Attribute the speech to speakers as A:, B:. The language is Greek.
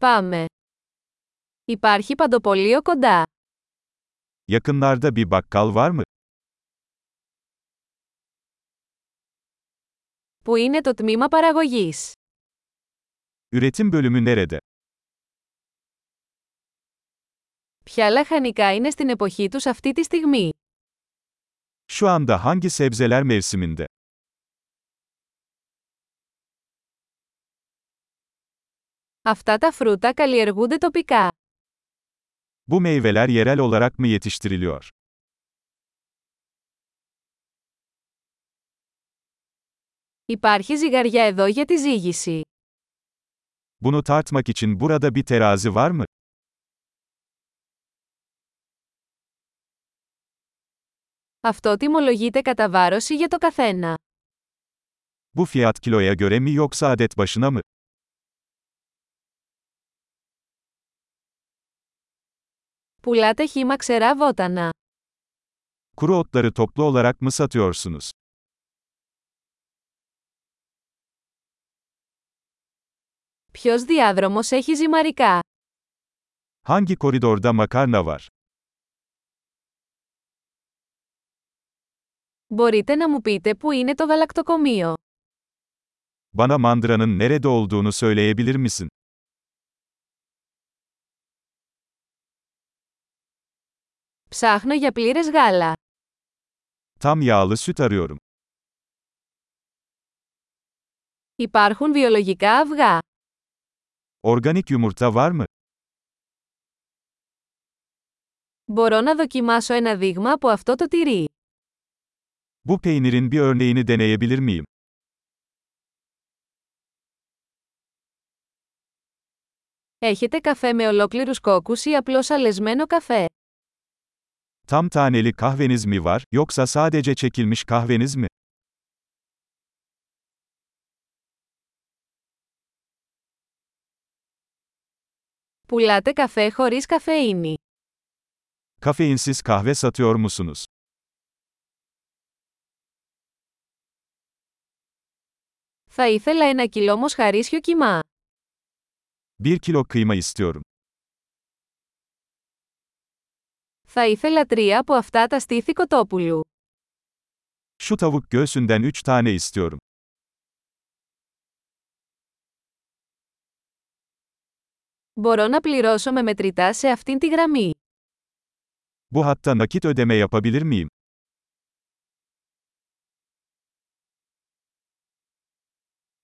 A: Πάμε. Υπάρχει παντοπολείο κοντά.
B: Yakınlarda bir bakkal var mı?
A: Πού είναι το τμήμα παραγωγής.
B: Üretim bölümü nerede?
A: Ποια λαχανικά είναι στην εποχή τους αυτή τη στιγμή.
B: Şu anda hangi sebzeler mevsiminde?
A: Αυτά τα φρούτα καλλιεργούνται τοπικά.
B: Bu meyveler yerel olarak mı yetiştiriliyor?
A: Υπάρχει ζυγαριά εδώ για τη ζύγηση.
B: Bunu tartmak için burada bir terazi var mı?
A: Αυτό τιμολογείται κατά βάρωση για το καθένα.
B: Bu fiyat kiloya göre mi yoksa adet başına mı?
A: Πουλάτε χύμα ξερά βότανα.
B: Kuru otları toplu olarak mı satıyorsunuz?
A: Ποιος διάδρομος έχει ζυμαρικά.
B: Hangi koridorda makarna var?
A: Μπορείτε να μου πείτε πού είναι το γαλακτοκομείο.
B: Bana mandıranın nerede olduğunu söyleyebilir misin?
A: Ψάχνω για πλήρες γάλα.
B: Tam yağlı süt arıyorum.
A: Υπάρχουν βιολογικά αυγά.
B: Organik yumurta var mı?
A: Μπορώ να δοκιμάσω ένα δείγμα από αυτό το τυρί.
B: Bu peynirin bir örneğini deneyebilir miyim?
A: Έχετε καφέ με ολόκληρους κόκκους ή απλώς αλεσμένο καφέ.
B: Tam taneli kahveniz mi var, yoksa sadece çekilmiş kahveniz mi?
A: Πουλάτε καφέ χωρίς καφεΐνη.
B: Kafeinsiz kahve satıyor musunuz?
A: Θα ήθελα ένα κιλό μοσχαρίσιο κιμά.
B: 1 kilo kıyma istiyorum.
A: Θα ήθελα τρία από αυτά τα στήθη κοτόπουλου.
B: Şu tavuk göğsünden 3 tane istiyorum.
A: Μπορώ να πληρώσω με μετρητά σε αυτήν τη γραμμή.
B: Bu hatta nakit ödeme yapabilir miyim?